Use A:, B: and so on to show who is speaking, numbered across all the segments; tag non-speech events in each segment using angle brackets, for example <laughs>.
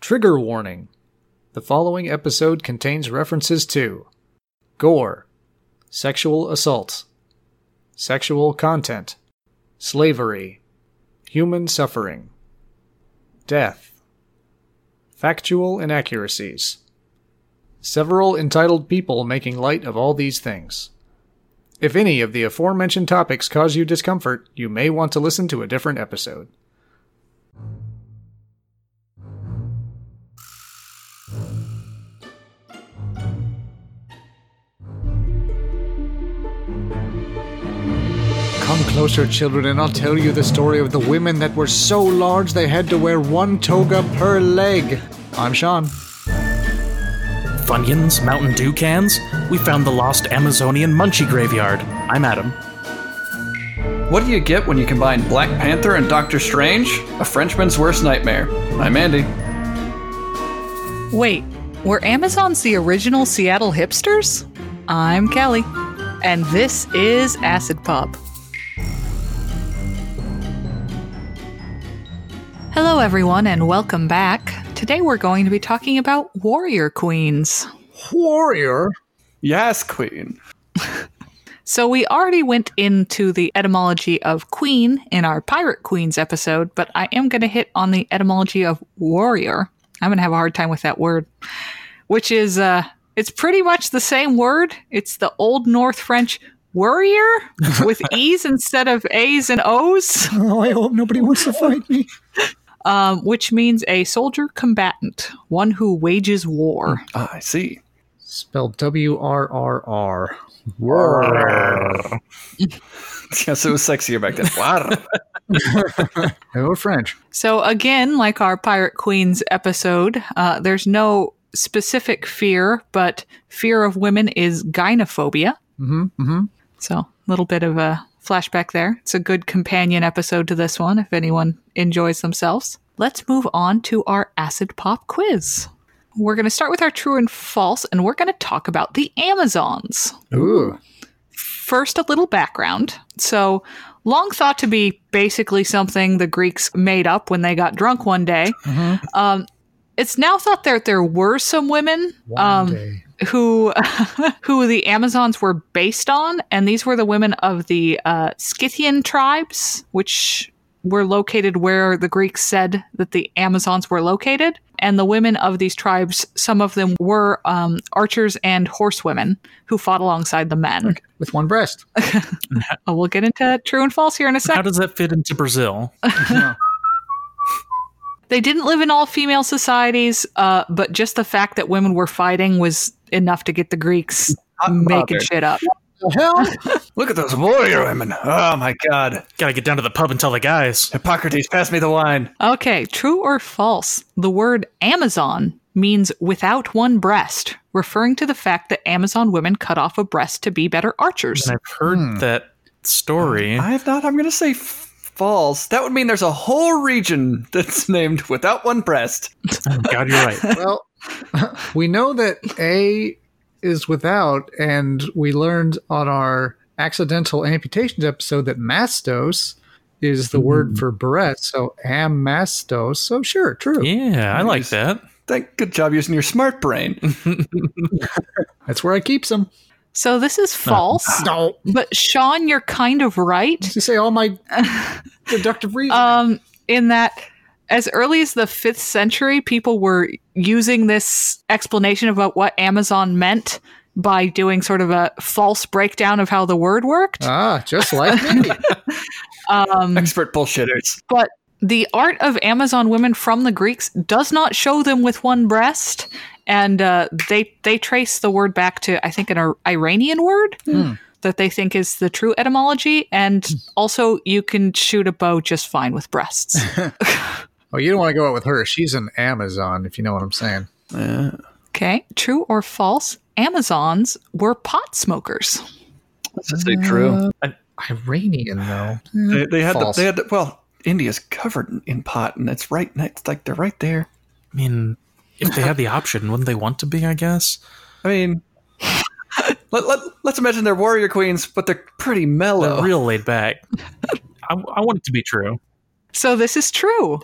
A: Trigger warning. The following episode contains references to gore, sexual assault, sexual content, slavery, human suffering, death, factual inaccuracies. Several entitled people making light of all these things. If any of the aforementioned topics cause you discomfort, you may want to listen to a different episode. Come closer, children, and I'll tell you the story of the women that were so large they had to wear one toga per leg. I'm Sean.
B: Funyuns, Mountain Dew cans? We found the lost Amazonian munchie graveyard. I'm Adam.
C: What do you get when you combine Black Panther and Doctor Strange? A Frenchman's worst nightmare. I'm Andy.
D: Wait, were Amazons the original Seattle hipsters? I'm Callie, and this is Acid Pop. Hello, everyone, and welcome back. Today we're going to be talking about warrior queens.
A: Warrior?
C: Yes, Queen.
D: So, we already went into the etymology of queen in our Pirate Queens episode, but I am going to hit on the etymology of warrior. I'm going to have a hard time with that word, which is, uh, it's pretty much the same word. It's the Old North French warrior
A: <laughs>
D: with E's instead of A's and O's,
A: Oh, I hope nobody wants to fight me.
D: <laughs> um, which means a soldier combatant, one who wages war.
C: Ah, I see. <laughs>
A: Spelled W R R R. Warrior.
C: Yes, it was sexier back then. Wow.
A: Hello, French.
D: So, again, like our Pirate Queens episode, uh, there's no specific fear, but fear of women is gynophobia.
A: Mm-hmm. Mm-hmm.
D: So, a little bit of a flashback there. It's a good companion episode to this one if anyone enjoys themselves. Let's move on to our acid pop quiz. We're going to start with our true and false, and we're going to talk about the Amazons.
A: Ooh.
D: First, a little background. So, long thought to be basically something the Greeks made up when they got drunk one day. Um, it's now thought that there were some women um,
A: day.
D: who <laughs> who the Amazons were based on, and these were the women of the uh, Scythian tribes, which were located where the Greeks said that the Amazons were located. And the women of these tribes, some of them were um, archers and horsewomen who fought alongside the men.
A: With one breast.
D: Uh, We'll get into true and false here in a
B: How
D: sec.
B: does that fit into Brazil?
A: Yeah.
D: They didn't live in all female societies, uh, but just the fact that women were fighting was enough to get the Greeks
C: Hot
D: making
C: mother.
D: shit up.
A: The hell?
C: <laughs> Look at those warrior women. Oh my god.
B: Gotta get down to the pub and tell the guys.
C: Hippocrates, pass me the wine.
D: Okay, true or false? The word Amazon means without one breast, referring to the fact that Amazon women cut off a breast to be better archers.
B: And I've heard that story.
C: Hmm. I have not. I'm going to say f- false. That would mean there's a whole region that's named without one breast.
B: Oh, God, you're right.
A: well, <laughs> we know that A is without, and we learned on our accidental amputations episode that mastos is the word for breast, so amastos. So sure, true.
B: Yeah, I like that.
C: Thank. Good job using your smart brain.
A: That's where I keep them.
D: So this is false,
A: <laughs> No.
D: but Sean, you're kind of right.
A: To say all my deductive reasoning.
D: <laughs> Um, in that as early as the fifth century, people were using this explanation about what Amazon meant by doing sort of a false breakdown of how the word worked.
A: ah, just like me.
D: Um,
C: Expert bullshitters.
D: But the art of Amazon women from the Greeks does not show them with one breast, and uh, they they trace the word back to I think an Ir- Iranian word that they think is the true etymology. And also, you can shoot a bow just fine with breasts.
A: oh, you don't want to go out with her. She's an Amazon, if you know what I'm saying.
D: okay, true or false? Amazons were pot smokers.
C: Let's just say true.
A: Iranian, though.
C: They, they had the,
A: False.
C: they had the, well, India's covered in, in pot, and it's right next, like they're right there.
B: I mean, if they had the option, wouldn't they want to be, I guess?
C: I mean, let, let let's imagine they're warrior queens, but they're pretty mellow. <laughs>
B: They're real laid back. I, I want it to be true.
D: So this is true.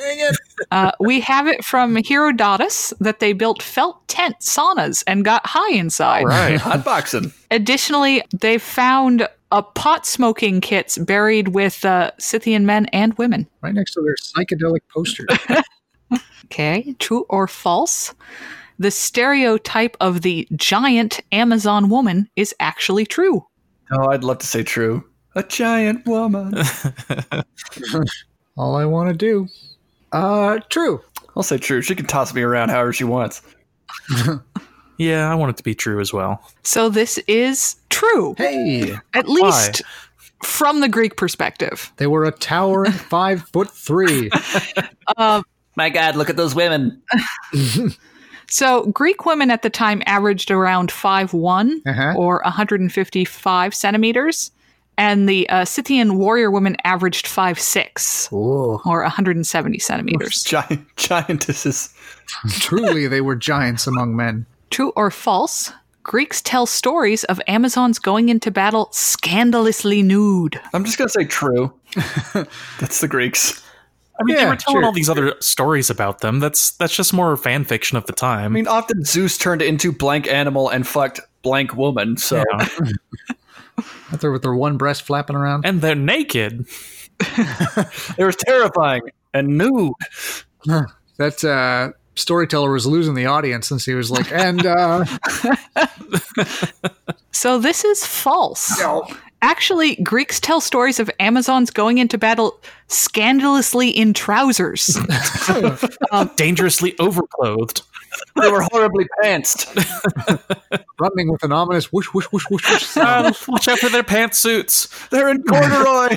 D: Uh, we have it from Herodotus that they built felt tent saunas and got high inside.
B: Right.
C: Hotboxing.
D: Additionally, they found a pot smoking kits buried with uh, Scythian men and women.
A: Right next to their psychedelic poster.
D: Okay, true or false? The stereotype of the giant Amazon woman is actually true.
C: Oh, I'd love to say true. A giant woman.
E: All I want to do. Uh, true.
C: I'll say true. She can toss me around however she wants.
B: yeah, I want it to be true as well.
D: So this is true,
A: hey,
D: at least from the Greek perspective.
E: They were a towering five foot three.
C: My God, look at those women.
D: So Greek women at the time averaged around 5'1
A: Uh-huh.
D: or 155 centimeters, and the uh, Scythian warrior women averaged 5'6
A: oh,
D: or 170 centimeters.
C: Giant, giantesses.
A: truly they were giants among men.
D: True or false? Greeks tell stories of Amazons going into battle scandalously nude.
C: I'm just going to say <laughs> true. That's the Greeks.
B: I mean, they
A: Yeah,
B: were telling
A: sure.
B: all these other stories about them. That's that's just more fan fiction of the time.
C: I mean, often Zeus turned into blank animal and fucked blank woman. So
E: Out there with their one breast flapping around.
B: and they're naked.
C: it was terrifying and nude.
E: That uh, storyteller was losing the audience since he was like, and uh,
D: So this is false. Actually, Greeks tell stories of Amazons going into battle scandalously in trousers.
B: dangerously overclothed.
C: They were horribly pantsed.
E: running with an ominous whoosh, whoosh, whoosh, whoosh, whoosh sound.
B: Um, <laughs> watch out for their pantsuits.
C: They're <laughs> in corduroy.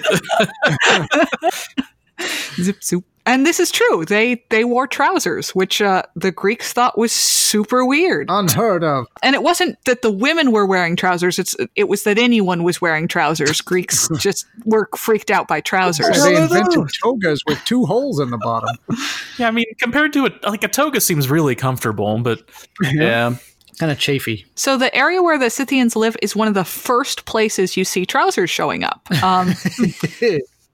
D: Zip zoop. And this is true. They they wore trousers, which uh, the Greeks thought was super weird.
E: Unheard of.
D: And it wasn't that the women were wearing trousers; it's it was that anyone was wearing trousers. Greeks just were freaked out by trousers.
E: They
C: hell are
E: invented
C: those?
E: togas with two holes in the bottom.
B: Yeah, I mean, compared to it, like a toga seems really comfortable, but
C: yeah.
A: Kind of chafy.
D: So the area where the Scythians live is one of the first places you see trousers showing up. Um,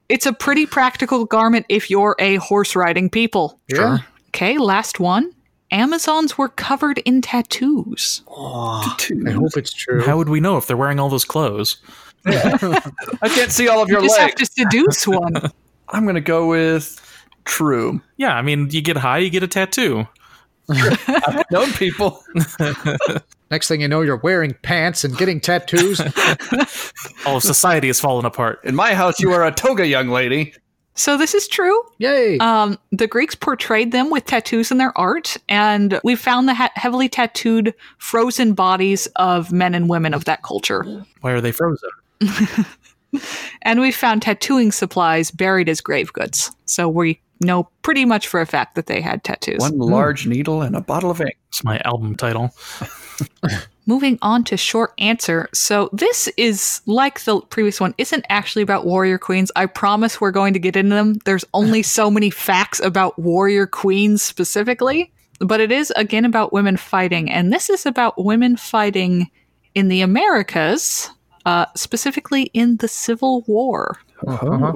D: it's a pretty practical garment if you're a horse riding people.
E: Yeah.
D: Okay, last one. Amazons were covered in tattoos.
E: I hope it's true.
B: how would we know if they're wearing all those clothes?
C: I can't see all of your
D: you just
C: legs.
D: have to seduce one.
C: I'm going to go with true.
B: Yeah, I mean, you get high, you get a tattoo.
C: Known people.
E: Next thing you know, you're wearing pants and getting tattoos.
A: <laughs>
B: All of society has fallen apart.
C: In my house, you are a toga, young lady.
D: So this is true.
E: Yay.
D: Um, the Greeks portrayed them with tattoos in their art, and we found the ha- heavily tattooed frozen bodies of men and women of that culture.
B: Why are they frozen?
D: And we found tattooing supplies buried as grave goods. So we know pretty much for a fact that they had tattoos.
C: One large needle and a bottle of ink.
B: It's my album title.
D: Moving on to short answer. So this is like the previous one, isn't actually about warrior queens. I promise we're going to get into them. There's only so many facts about warrior queens specifically, but it is again about women fighting, and this is about women fighting in the Americas, uh, specifically in the Civil War.
E: Uh-huh.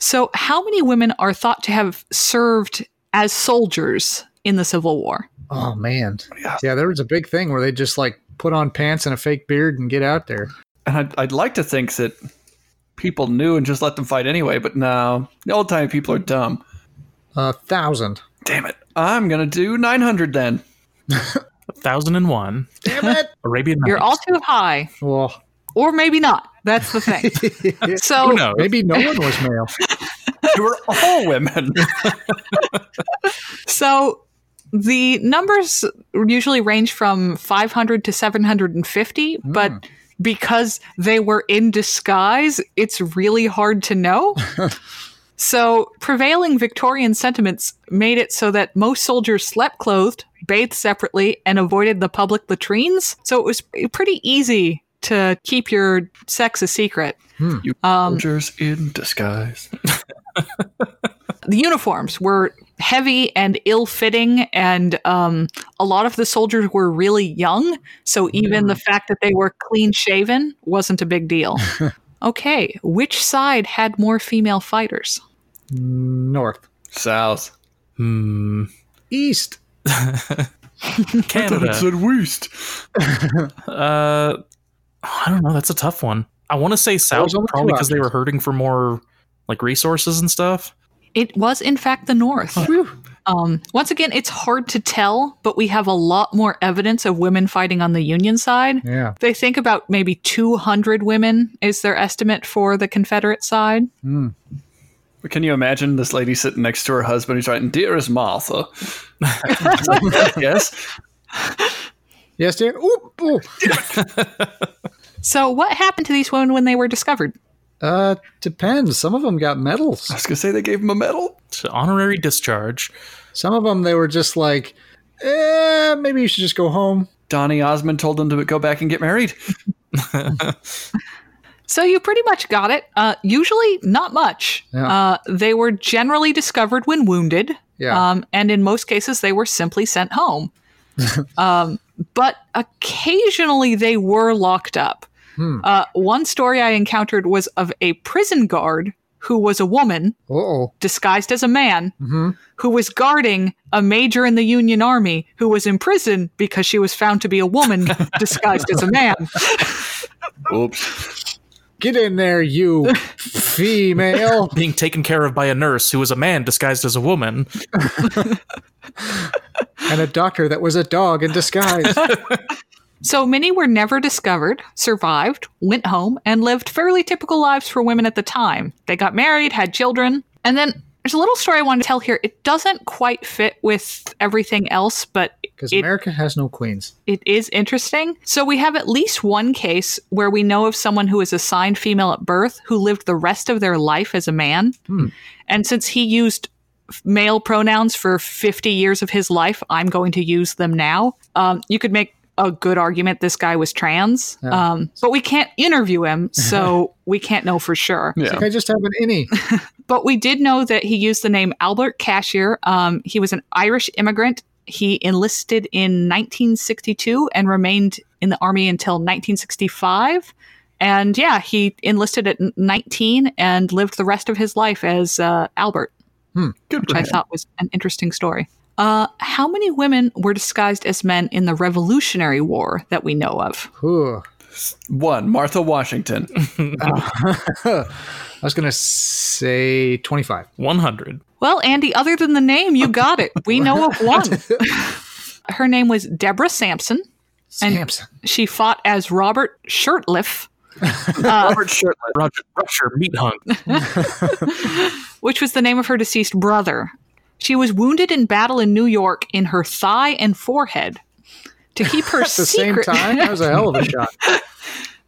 D: So, how many women are thought to have served as soldiers in the Civil War?
E: Oh man. Yeah, there was a big thing where they just like put on pants and a fake beard and get out there.
C: And I'd, I'd like to think that people knew and just let them fight anyway, but no. The old time people are dumb.
E: A thousand.
C: Damn it. I'm going to do 900 then.
B: 1001.
E: Damn it. <laughs>
B: Arabian
D: You're
B: Nights.
D: all too high.
E: well,
D: or maybe not. That's
A: <laughs>
D: the thing. so
B: Who knows?
E: maybe <laughs> no one was male.
C: You were all women.
D: so the numbers usually range from 500 to 750, but because they were in disguise, it's really hard to know. so prevailing Victorian sentiments made it so that most soldiers slept clothed, bathed separately, and avoided the public latrines. So it was pretty easy to keep your sex a secret. Um,
C: you <laughs> soldiers in disguise.
D: the uniforms were heavy and ill-fitting and um, a lot of the soldiers were really young so even the fact that they were clean shaven wasn't a big deal okay which side had more female fighters
A: North.
C: <laughs> South.
B: Hmm.
A: East.
B: Canada.
C: west.
B: Uh, I don't know. That's a tough one. I want to say South,
A: only two
B: probably because they were
A: options.
B: hurting for more like resources and stuff.
D: It was, in fact, the North. Um, once again, it's hard to tell, but we have a lot more evidence of women fighting on the Union side.
A: Yeah.
D: They think about maybe 200 women is their estimate for the Confederate side.
C: Can you imagine this lady sitting next to her husband who's writing, Dearest <laughs> Martha? yes.
A: Yes, dear. Oop, oop.
D: So, what happened to these women when they were discovered?
A: Uh, depends. Some of them got medals.
C: I was going to say they gave him a medal.
B: So honorary discharge.
A: Some of them they were just like, eh, maybe you should just go home.
C: Donnie Osmond told them to go back and get married.
D: So you pretty much got it. Uh, usually, not much.
A: Yeah.
D: Uh, they were generally discovered when wounded,
A: Yeah.
D: um, and in most cases, they were simply
A: <laughs>
D: sent home. um, but occasionally, they were locked up.
A: Hmm.
D: Uh, one story I encountered was of a prison guard who was a woman
A: Uh oh.
D: disguised as a man
A: Mm-hmm.
D: who was guarding a major in the Union Army who was in prison because she was found to be
A: <laughs>
D: a woman disguised as a man.
C: Oops.
A: Get in there, you female.
B: Being taken care of by a nurse who was a man disguised as a woman.
A: and a doctor that was a dog in disguise.
D: So many were never discovered, survived, went home, and lived fairly typical lives for women at the time. They got married, had children. And then there's a little story I want to tell here. It doesn't quite fit with everything else, but
A: Because
D: It-
A: America has no queens.
D: it is interesting. So we have at least one case where we know of someone who is assigned female at birth who lived the rest of their life as a man. And since he used f- male pronouns for 50 years of his life, I'm going to use them now. Um, you could make a good argument this guy was trans, um, but we can't interview him, so we can't know for sure.
A: It's like I just have an innie.
D: But we did know that he used the name Albert Cashier. Um, he was an Irish immigrant. He enlisted in 1962 and remained in the army until 1965. And yeah, he enlisted at 19 and lived the rest of his life as uh, Albert,
C: Good
D: which I thought was an interesting story. Uh, how many women were disguised as men in the Revolutionary War that we know of?
A: Ooh.
C: One, Martha Washington.
A: <laughs> I was going to say 25.
B: 100.
D: Well, Andy, other than the name, you got it. We know
A: <laughs>
D: of one. Her name was Deborah Sampson. And-
A: Samson.
D: She fought as Robert Shirtliff,
B: Robert Shirtless. Roger, Roger Meat <laughs> Hunk.
D: which was the name of her deceased brother. She was wounded in battle in New York in her thigh and forehead. To keep
A: <laughs>
D: her
A: At the same
D: secret, <laughs>
A: time, that was a hell of a shot.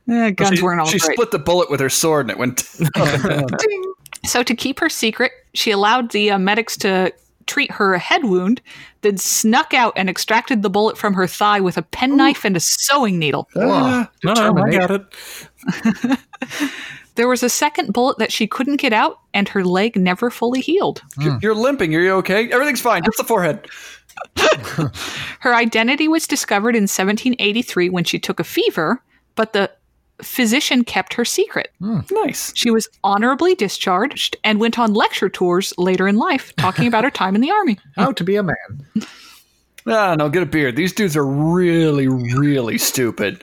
D: Eh, guns weren't all
C: she
D: great.
C: split the bullet with her sword and it went.
D: So to keep her secret, she allowed the uh, medics to treat her head wound, then snuck out and extracted the bullet from her thigh with a penknife and a sewing needle.
A: Wow.
B: No, no, I
A: Terminator.
B: got it.
D: There was a second bullet that she couldn't get out, and her leg never fully healed.
C: You're, you're limping. Are you okay? Everything's fine. Just the forehead.
D: Her identity was discovered in 1783 when she took a fever, but the physician kept her secret.
C: Nice.
D: She was honorably discharged and went on lecture tours later in life talking about her time in the army.
A: How to be a man.
C: Ah, no, get a beard. These dudes are really, really stupid.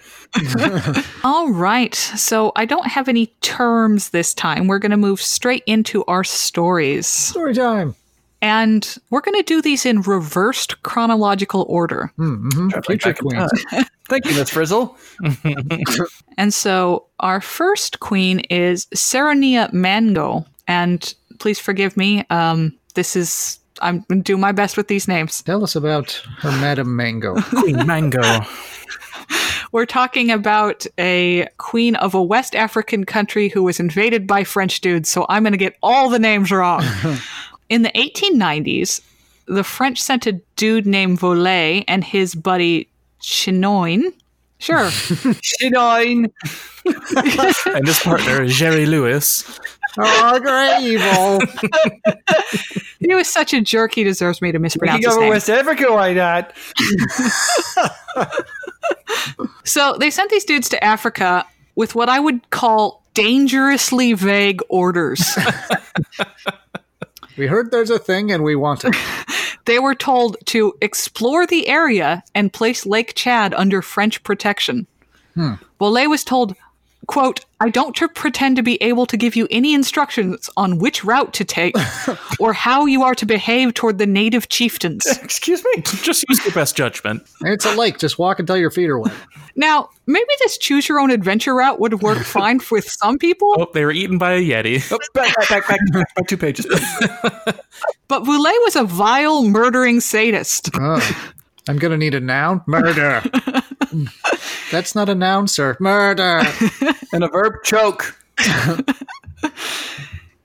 D: All right, so I don't have any terms this time. We're going to move straight into our stories.
A: Story time.
D: And we're going to do these in reversed chronological order.
A: Hmm, Future
C: back in
A: queens.
C: Thank you, Miss Frizzle.
D: And so our first queen is Serenia Mango. And please forgive me. Um, this is, I'm going to do my best with these names.
A: Tell us about her Madam Mango.
B: Queen <laughs> Mango.
D: We're talking about a queen of a West African country who was invaded by French dudes. So I'm going to get all the names wrong. In the 1890s, the French sent a dude named Volet and his buddy Chinoine. Sure. <laughs>
C: Shinoin.
B: and his partner is Jerry Lewis.
A: oh, great evil.
D: he was such a jerk, he deserves me to mispronounce
C: King
D: his
C: over
D: name.
C: West Africa, why not?
D: So they sent these dudes to Africa with what I would call dangerously vague orders.
A: We heard there's a thing and we want it.
D: They were told to explore the area and place Lake Chad under French protection. Bollé was told, quote, I don't to pretend to be able to give you any instructions on which route to take or how you are to behave toward the native chieftains.
C: Excuse me?
B: Just use your best judgment.
A: And it's a lake. Just walk until your feet are wet.
D: Now, maybe this choose your own adventure route would work fine with some people,
B: Oh, they were eaten by a Yeti.
C: Oh, back, back, back, back, back, back two pages.
D: but Boulay was a vile, murdering sadist.
A: Oh. I'm going to need a noun. Murder. That's not a noun, sir. Murder.
C: And a verb choke.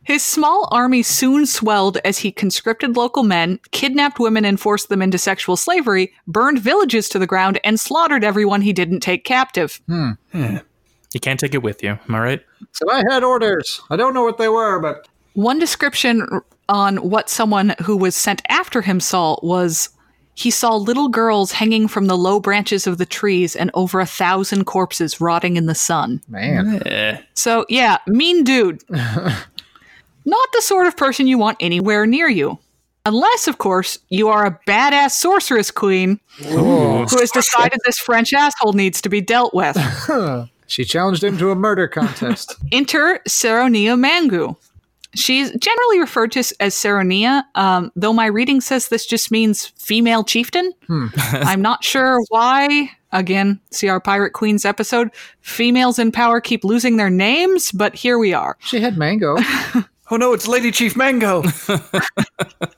D: His small army soon swelled as he conscripted local men, kidnapped women and forced them into sexual slavery, burned villages to the ground, and slaughtered everyone he didn't take captive.
B: You can't take it with you, am I right?
A: So I had orders. I don't know what they were, but
D: One description on what someone who was sent after him saw was he saw little girls hanging from the low branches of the trees and over a thousand corpses rotting in the sun.
A: man,
D: So, yeah, mean dude. Not the sort of person you want anywhere near you. Unless, of course, you are a badass sorceress queen who has decided this French asshole needs to be dealt with.
A: she challenged him to a murder contest.
D: Enter Seronia Mangu. She's generally referred to as Seronia, um, though my reading says this just means female chieftain. I'm not sure why. Again, see our Pirate Queens episode. Females in power keep losing their names, but here we are.
A: she had mango.
C: Oh no, it's Lady Chief Mango.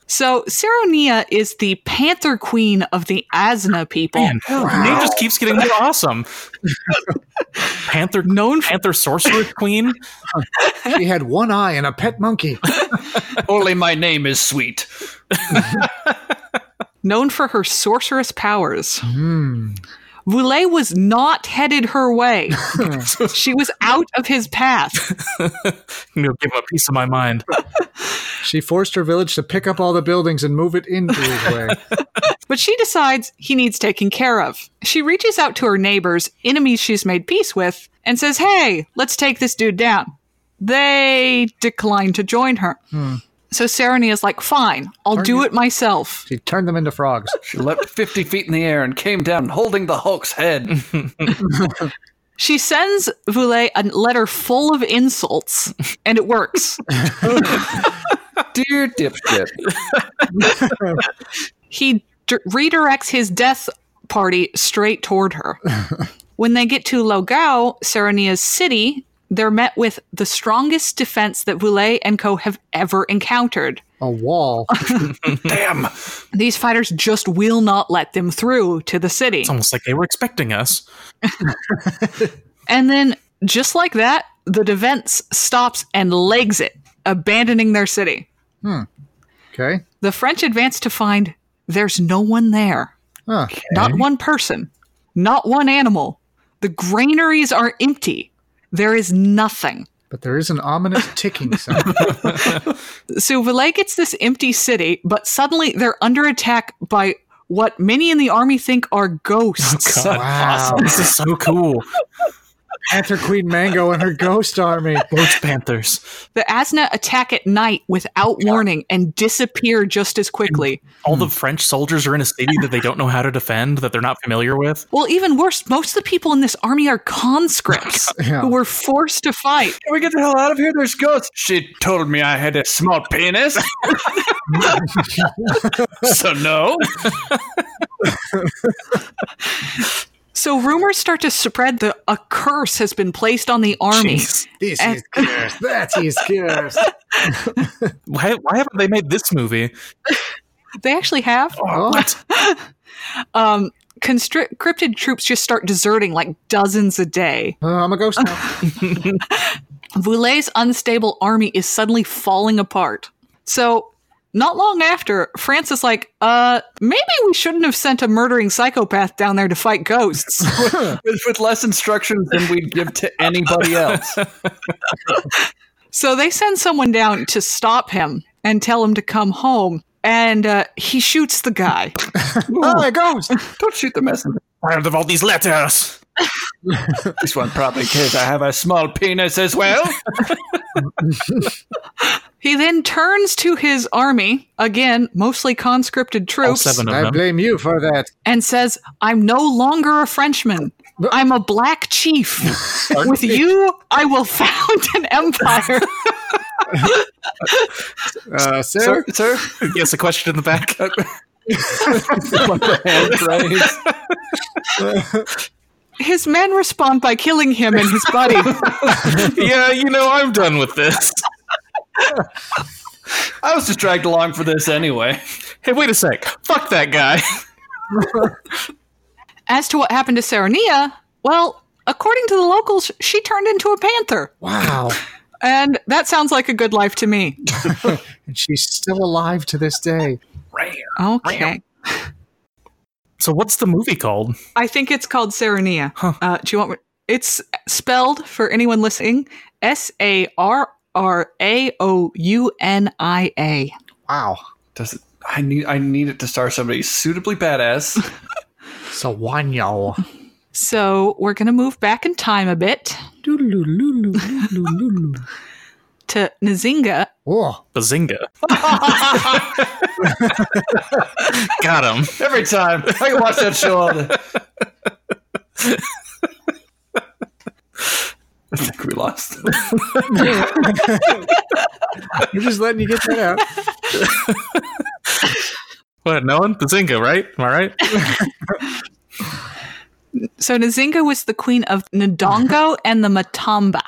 D: So Saronia is the panther queen of the Asna people.
B: Man, the name just keeps getting more <laughs> awesome. Panther, known Panther Sorcerer Queen.
A: She had one eye and a pet monkey.
C: Only my name is sweet.
D: known for her sorcerous powers. Voulet was not headed her way. she was out of his path.
B: I'm gonna give him a piece of my <laughs> mind.
A: She forced her village to pick up all the buildings and move it into his way.
D: But she decides he needs taken care of. She reaches out to her neighbors, enemies she's made peace with, and says, Hey, let's take this dude down. They decline to join her. So Saronia is like, Fine, I'll do it myself.
A: She turned them into frogs.
C: She leapt 50 feet in the air and came down holding the Hulk's head.
D: She sends Voulet a letter full of insults, and it works.
C: Dear dipshit.
D: he d- redirects his death party straight toward her. when they get to Logao, Serenia's city, they're met with the strongest defense that Voulet and co have ever encountered.
A: A wall.
C: Damn.
D: These fighters just will not let them through to the city.
B: Almost like they were expecting us.
D: And then, just like that, the defense stops and legs it, abandoning their city.
A: Okay.
D: The French advance to find there's no one there.
A: Huh.
D: Not one person, not one animal. The granaries are empty. There is nothing.
A: But there is an ominous ticking sound.
D: So Valet gets this empty city, but suddenly they're under attack by what many in the army think are ghosts.
A: Wow.
B: This is so cool.
A: Panther Queen Mango and her ghost army.
B: Ghost Panthers.
D: the Asna attack at night without warning and disappear just as quickly.
B: All the French soldiers are in a city that they don't know how to defend, that they're not familiar with.
D: Well, even worse, most of the people in this army are conscripts
A: <laughs> Yeah.
D: who were forced to fight.
C: Can we get the hell out of here? There's ghosts. She told me I had a small penis. so no.
D: So rumors start to spread that a curse has been placed on the
B: <laughs>
D: army.
B: Jeez.
A: This is cursed. That is cursed.
B: Why, why haven't they made this movie?
D: They actually have.
A: Oh,
D: um, conscripted troops just start deserting like dozens a day.
A: oh, I'm a ghost now.
D: Voulet's unstable army is suddenly falling apart. So, not long after, France is like, uh, maybe we shouldn't have sent a murdering psychopath down there to fight
B: <laughs>
D: ghosts.
C: With, with less instructions than we'd give to anybody else.
D: so, they send someone down to stop him and tell him to come home. And uh, he shoots
B: <laughs>
D: the guy.
A: Oh, a <laughs> ghost.
C: Don't shoot the messenger.
B: I have all these letters.
C: This one probably cares I have a small penis as well.
D: He then turns to his army, again, mostly conscripted
B: All
D: troops,
B: seven
A: I
B: of them.
A: blame you for that.
D: and says, I'm no longer a Frenchman. I'm a black chief. With you, I will found an empire.
A: Uh, <laughs> sir,
C: sir.
B: Yes, a question in the back. <laughs>
A: <laughs>
D: His men respond by killing him and his buddy.
B: yeah, you know, I'm done with this.
C: I was just dragged along for this anyway.
B: Hey, wait a sec. Fuck that guy.
D: As to what happened to Serenia, well, according to the locals, she turned into a panther.
A: wow.
D: And that sounds like a good life to me.
A: And she's still alive to this day.
D: Okay.
B: <laughs> So what's the movie called?
D: I think it's called Serenia. Uh, do you want me? It's spelled for anyone listening S A R R A O U N I A.
A: Wow.
C: Does it? I need. I need it to star somebody suitably badass.
A: So wanyo.
D: So we're going to move back in time a bit to Nzinga.
A: Oh,
B: Bazinga. <laughs> Got him.
C: Every time I can watch that show. All day. I think we lost.
A: you're just letting you get that out.
B: What, no one? Bazinga, right? Am I right?
D: So Nzinga was the queen of Ndongo and the Matamba.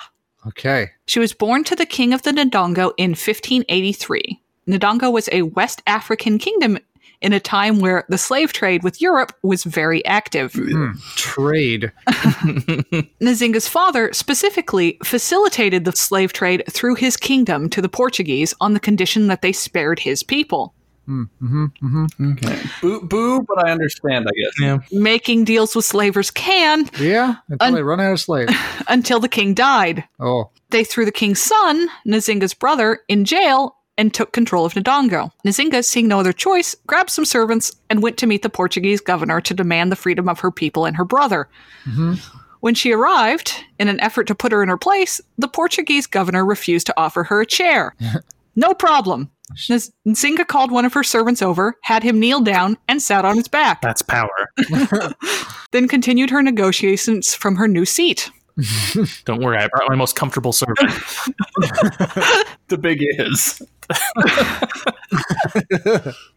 A: Okay.
D: She was born to the king of the Ndongo in 1583. Ndongo was a West African kingdom in a time where the slave trade with Europe was very active.
A: Trade.
D: Nzinga's father specifically facilitated the slave trade through his kingdom to the Portuguese on the condition that they spared his people,
C: Boo, boo, but I understand. I guess.
B: Yeah.
D: making deals with slavers can
A: Yeah. Until
D: Un-
A: they run out of slaves.
D: until the king died.
A: Oh.
D: They threw the king's son, Nzinga's brother, in jail and took control of Ndongo. Nzinga, seeing no other choice, grabbed some servants and went to meet the Portuguese governor to demand the freedom of her people and her brother. When she arrived, in an effort to put her in her place, the Portuguese governor refused to offer her a chair. no problem. Nz- Nzinga called one of her servants over, had him kneel down, and sat on his back,
B: That's power.
D: then continued her negotiations from her new seat.
B: Don't worry, I brought my most comfortable servant.
C: The big is.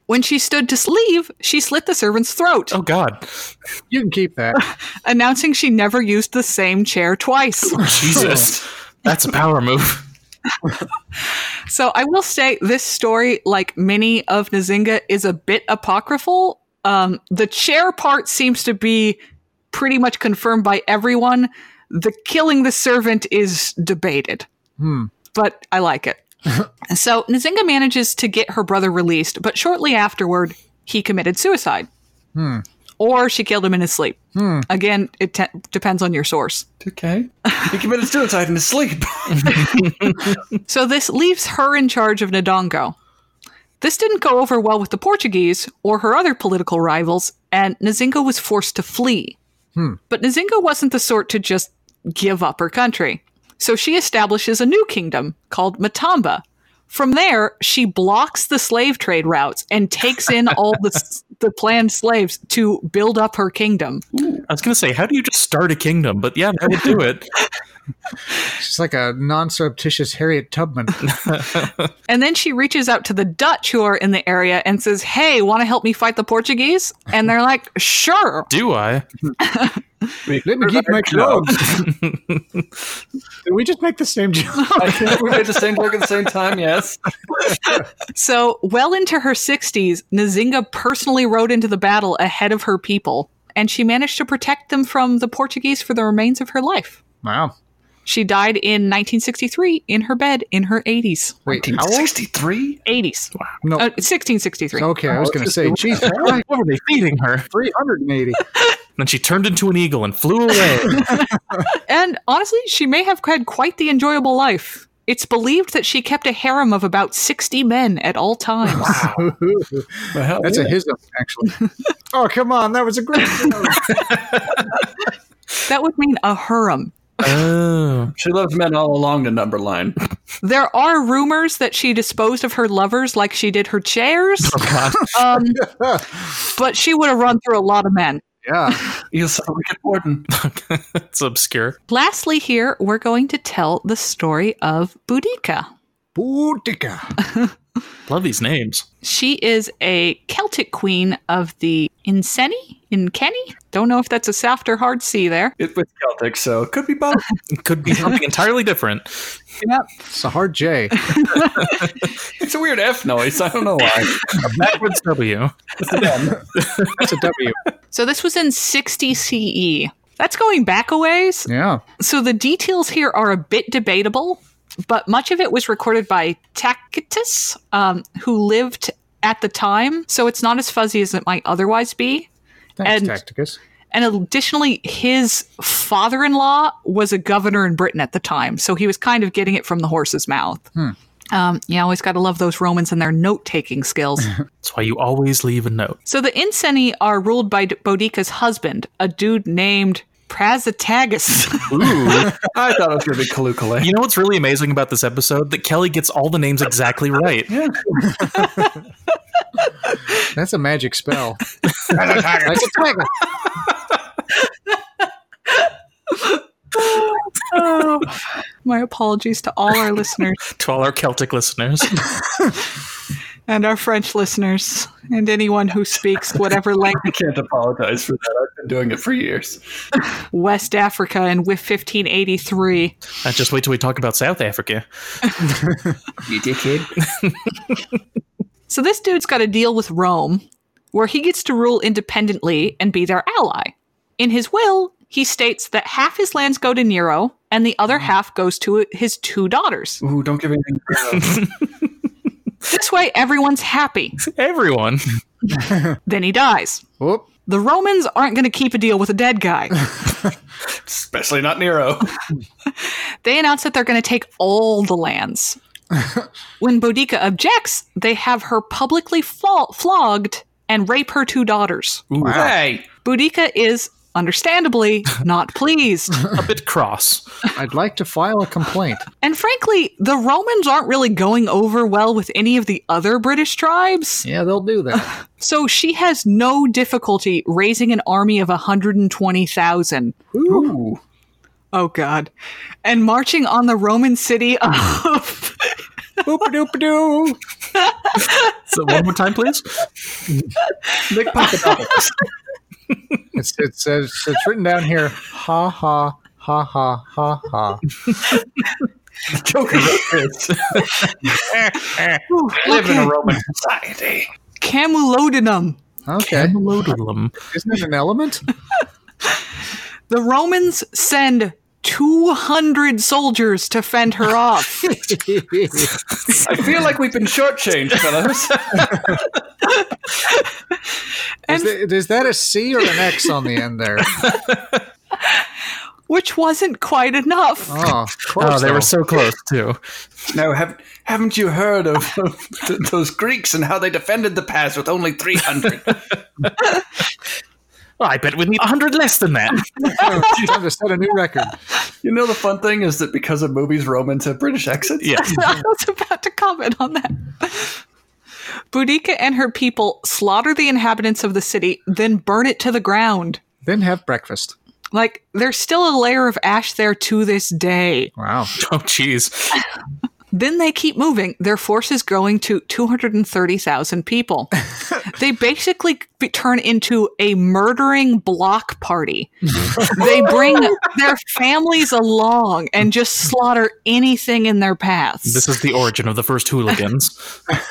D: When she stood to leave, she slit the servant's throat.
B: Oh god.
A: You can keep that.
D: announcing she never used the same
A: <laughs>
D: chair twice.
C: <laughs>
B: Jesus. That's a power move.
D: so I will say this story, like many of Nzinga, is a bit apocryphal. Um, the chair part seems to be pretty much confirmed by everyone. The killing the servant is debated,
A: Hmm.
D: but I like
A: <laughs>
D: it. so Nzinga manages to get her brother released, but shortly afterward, he committed suicide.
A: Hmm.
D: Or she killed him in his sleep.
A: Hmm.
D: Again, it te- depends on your source.
C: Okay. He committed suicide in his sleep.
D: So this leaves her in charge of Ndongo. This didn't go over well with the Portuguese or her other political rivals, and Nzinga was forced to flee. But Nzinga wasn't the sort to just give up her country. So she establishes a new kingdom called Matamba. From there, she blocks the slave trade routes and takes in all the, s- the planned slaves to build up her kingdom.
B: I was gonna say, how do you just start a kingdom? But yeah, that would do it.
A: She's like a non surreptitious Harriet <laughs> Tubman.
D: And then she reaches out to the Dutch who are in the area and says, Hey, want to help me fight the Portuguese? And they're like, Sure.
B: Do I?
A: Let me keep my clothes. <laughs> Did we just make the same joke?
C: I think we made the same joke at the same time. Yes.
D: So, well into her 60s, Nzinga personally rode into the battle ahead of her people, and she managed to protect them from the Portuguese for the remains of her life.
A: Wow.
D: She died in 1963 in her bed in her 80s.
A: Wait, how old?
C: 63.
D: 80s.
A: No.
D: Uh, 1663.
A: Okay, I was going to say, geez,
B: What were they feeding her?
A: <laughs> 380.
B: Then she turned into an eagle and flew <laughs> away.
D: And honestly, she may have had quite the enjoyable life. It's believed that she kept a harem of about 60 men at all times.
C: Well,
A: That's a his actually. <laughs> Oh, come on. That was a great joke.
D: That would mean a harem.
B: oh.
C: Oh. She loves men all along the number line.
D: There are rumors that she disposed of her lovers like she did her chairs. <laughs> um, but she would have run through a lot of men.
A: <laughs> Yeah.
C: He's so wicked warden.
B: it's obscure.
D: Lastly, here, we're going to tell the story of Boudica.
A: Boudica.
B: Love these names.
D: She is a Celtic queen of the Inceni? Inkenny? Don't know if that's a soft or hard C there.
C: It was Celtic, so it could be both.
B: It could be something entirely different.
A: It's a hard J.
C: It's a weird F noise. I don't know <laughs> why.
B: Backwards W.
A: It's a W.
D: So this was in 60 CE. That's going back a ways.
A: Yeah.
D: So the details here are a bit debatable, but much of it was recorded by Tacitus, um, who lived at the time. So it's not as fuzzy as it might otherwise be.
A: Thanks,
D: And-
A: Tacticus.
D: And additionally, his father in law was a governor in Britain at the time. So he was kind of getting it from the horse's mouth. Um, you always got to love those Romans and their note taking skills.
B: That's why you always leave a note.
D: so the Inceni are ruled by D- Boudica's husband, a dude named Prasitagus.
C: I thought it was going to be Kalukale.
B: You know what's really amazing about this episode? That Kelly gets all the names exactly right.
A: That's a magic <laughs> spell. Like a tiger.
D: Oh, <laughs> my apologies to all our listeners
B: To all our Celtic <laughs> listeners, Uh,
D: and our French listeners and anyone who speaks whatever
C: I
D: language
C: can't apologize for that. I've been doing it for years.
D: West Africa and with 1583.
B: Uh, just wait till we talk about South Africa.
C: You dickhead.
D: So this dude's got a deal with Rome where he gets to rule independently and be their ally. In his will, he states that half his lands go to Nero and the other half goes to his two daughters.
C: Ooh, don't give anything.
D: This way, everyone's happy.
B: Everyone.
D: Then he dies.
A: Whoop.
D: The Romans aren't going to keep a deal with a dead guy.
C: Especially not Nero.
D: they announce that they're going to take all the lands. when Bodica objects, they have her publicly fla- flogged and rape her two daughters.
B: Ooh,
C: Hey!
D: Boudica is understandably not pleased.
B: A bit cross.
A: I'd like to file a complaint.
D: And frankly, the Romans aren't really going over well with any of the other British tribes.
A: Yeah, they'll do <laughs> that.
D: So she has no difficulty raising an army of 120,000.
C: Ooh.
D: Oh, God. And marching on the Roman city <laughs> of
A: Boop-a-doop-a-doo.
B: So one more time, please.
C: Nick Papadopoulos.
A: <laughs> It's, it's, uh, it's it's written down here. Ha ha ha ha ha ha.
C: Joker wrote <laughs> this.
D: Ooh,
C: I live in a
D: okay.
C: Roman society.
D: Camulodunum.
A: Okay,
B: Camulodulum.
A: isn't it an <laughs> element?
D: The Romans send 200 soldiers to fend her off.
C: I feel like we've been shortchanged, fellas.
A: is, that, is that a C or an X on the end
B: <laughs>
A: there?
D: which wasn't quite enough.
A: Oh, of course.
B: Oh, they were
A: though. <laughs>
B: so close too.
C: Now, have, haven't you heard of th- those Greeks and how they defended the pass with only 300?
B: Well, Oh, I bet we need hundred less than <laughs> that.
A: It's time to set a new record.
C: <laughs> you know, the fun thing is that because of movies, Romans have British accents.
B: Yeah.
D: <laughs> I was about to comment on that. Boudica and her people slaughter the inhabitants of the city, then burn it to the ground.
A: Then have breakfast.
D: Like, there's still a layer of ash there to this day.
A: Wow.
B: Oh, jeez.
D: Then they keep moving, their force is growing to
B: <laughs>
D: 230,000 people. they basically be- turn into a murdering block party. they bring their families along and just slaughter anything in their paths.
B: This is the origin of the first hooligans.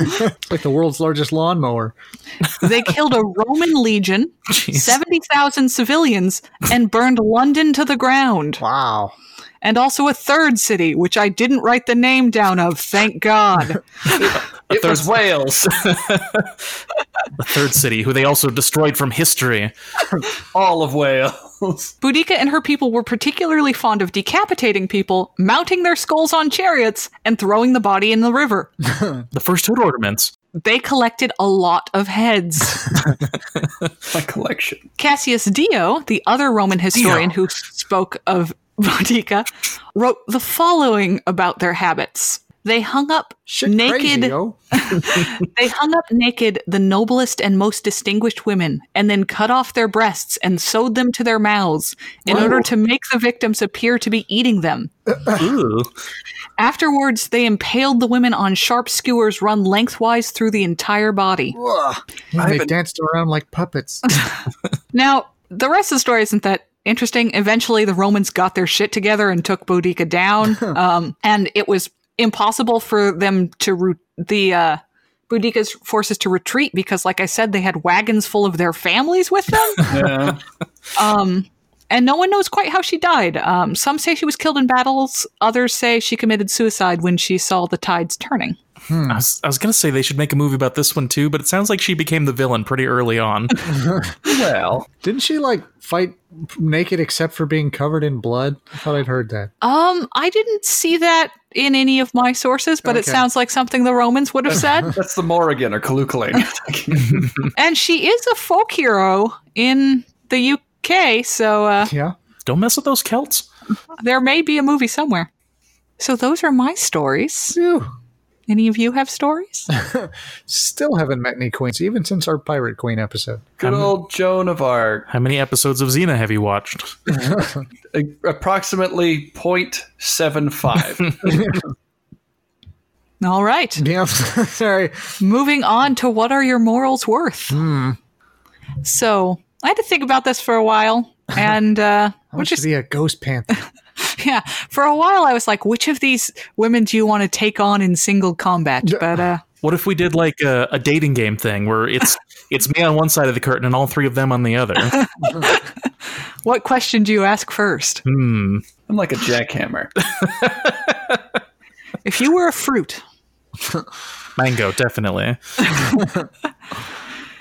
A: It's like the world's largest lawnmower.
D: they killed a Roman legion,
B: Jeez.
D: 70,000 civilians, and burned London to the ground.
A: Wow.
D: And also a third city, which I didn't write the name down of, thank God.
C: It was Wales.
B: The third city, who they also destroyed from history.
C: All of Wales. <laughs>
D: Boudica and her people were particularly fond of decapitating people, mounting their skulls on chariots, and throwing the body in the
A: <laughs>
D: river.
B: The first hood ornaments.
D: They collected a lot
A: <laughs>
D: of heads.
C: My collection.
D: Cassius Dio, the other Roman historian who <laughs> spoke of Boudica, wrote the following about their habits. They hung up
A: Shit
D: naked
A: crazy, yo.
D: they hung up naked the noblest and most distinguished women, and then cut off their breasts and sewed them to their mouths in order to make the victims appear to be eating them.
B: Ooh.
D: Afterwards, they impaled the women on sharp skewers run lengthwise through the entire body.
A: And they
C: haven't-
A: danced around like puppets.
D: Now, the rest of the story isn't that interesting. Eventually, the Romans got their shit together and took Boudica down, um, and it was impossible for them to root the. Uh, Boudica's forces to retreat because, like I said, they had wagons full of their families with them.
C: <laughs> Yeah.
D: Um, and no one knows quite how she died. Um, some say she was killed in battles. Others say she committed suicide when she saw the tides turning.
B: I was, I was gonna say they should make a movie about this one too, but it sounds like she became the villain pretty early on.
C: well,
A: Didn't she like fight naked except for being covered in blood? I thought I'd heard that.
D: Um, I didn't see that in any of my sources, but it
A: Okay.
D: sounds like something the Romans would
C: <laughs>
D: have said.
C: that's the Morrigan or Kalukalane. <laughs>
D: and she is a folk hero in the UK, so uh,
A: Yeah.
B: Don't mess with those Celts.
D: there may be a movie somewhere. So those are my stories.
A: Phew.
D: Any of you have stories?
A: Still haven't met any queens, even since our pirate queen episode. <laughs>
C: Good old Joan of Arc.
B: How many episodes of Xena have you watched?
C: A- Approximately 0.75.
D: All right.
A: Yeah. <laughs> Sorry.
D: moving on to what are your morals worth? So I had to think about this for a while. And uh,
A: Which
D: which
A: is
D: is,
A: be a ghost panther.
D: <laughs> yeah, for a while I was like, which of these women do you want to take on in single combat? But uh,
B: What if we did like a, a dating game thing where it's it's me on one side of the curtain and all three of them on the other?
D: what question do you ask first?
B: Hmm.
C: I'm like a jackhammer.
D: If you were a fruit,
B: Mango, definitely.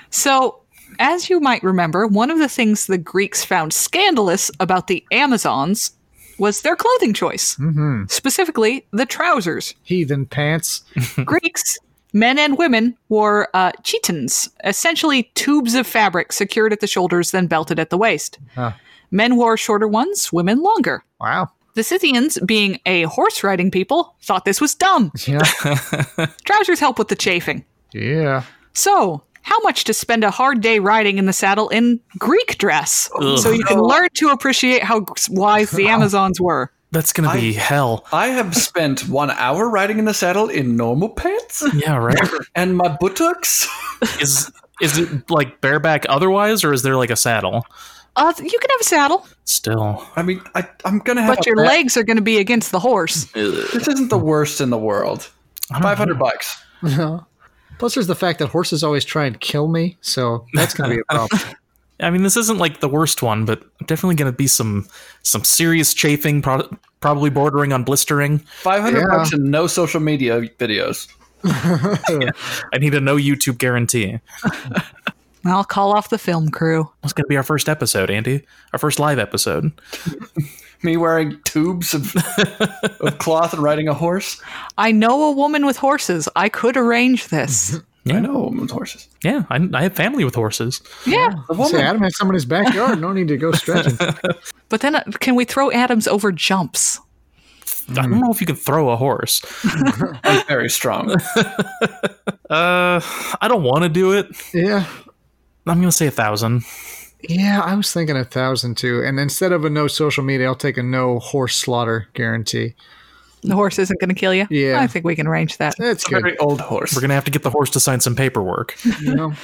D: So, as you might remember, one of the things the Greeks found scandalous about the Amazons was their clothing choice, mm-hmm. specifically the trousers.
A: Heathen pants.
D: Greeks, men and women, wore uh, chitons, essentially tubes of fabric secured at the shoulders, then belted at the waist. Men wore shorter ones, women longer.
A: Wow.
D: The Scythians, being a horse riding people, thought this was dumb.
A: Yeah.
D: Trousers help with the chafing.
A: yeah.
D: So, how much to spend a hard day riding in the saddle in Greek dress? So you can learn to appreciate how wise the Amazons were.
B: That's gonna be hell.
C: I have spent one hour riding in the saddle in normal pants
B: Yeah, right.
C: and my buttocks.
B: Is is it like bareback otherwise, or is there like a saddle?
D: Uh, you can have a saddle,
B: Still,
C: I mean, I, I'm going to have
D: but
C: a
D: your
C: bet.
D: legs are going to be against the horse.
C: This isn't the worst in the world. 500 bucks.
A: Plus, there's the fact that horses always try and kill me, so that's gonna be a problem.
B: I mean, this isn't like the worst one, but definitely gonna be some some serious chafing, pro- probably bordering on blistering.
C: 500
A: Yeah.
C: bucks and no social media videos.
B: I need a no YouTube guarantee.
D: I'll call off the film crew.
B: That's gonna be our first episode, Andy. Our first live episode.
C: Me wearing tubes of, of cloth and riding a horse.
D: I know a woman with horses. I could
C: <laughs>
D: arrange this.
C: I know a woman with horses.
B: Yeah, I, I have family with horses.
D: yeah.
C: The woman
A: Say, Adam had some in his backyard. No need to go stretching.
D: But then, uh, can we throw Adams over jumps?
B: I don't know if you can throw a horse.
C: is very strong.
B: Uh, I don't want to do it.
A: Yeah.
B: I'm gonna say a thousand.
A: Yeah, I was thinking a thousand too. And instead of a no social media, I'll take a no horse slaughter guarantee.
D: The horse isn't going to kill you.
A: Yeah.
D: I think we can arrange that. Uh,
A: That's good.
C: Very old horse.
B: We're gonna have to get the horse to sign some <laughs> paperwork.
A: You know?
D: Uh,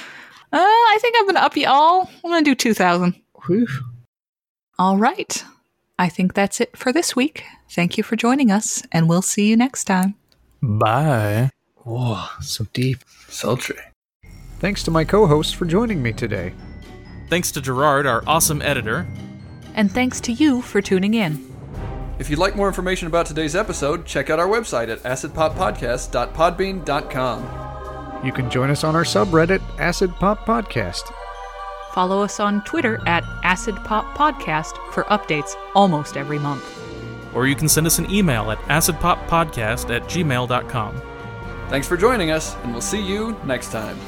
D: I think I'm going to up y'all. I'm going to do 2,000.
A: Whew.
D: All right. I think that's it for this week. Thank you for joining us, and we'll see you next time.
B: Bye.
A: Whoa, so deep.
C: Sultry.
A: Thanks to my co hosts for joining me today.
B: Thanks to Gerard, our awesome editor.
D: And thanks to you for tuning in.
C: If you'd like more information about today's episode, check out our website at acidpoppodcast.podbean.com.
A: You can join us on our subreddit, Acid Pop Podcast.
D: Follow us on Twitter at Acid Pop Podcast for updates almost every month.
B: Or you can send us an email at acidpoppodcast at gmail.com.
C: Thanks for joining us, and we'll see you next time.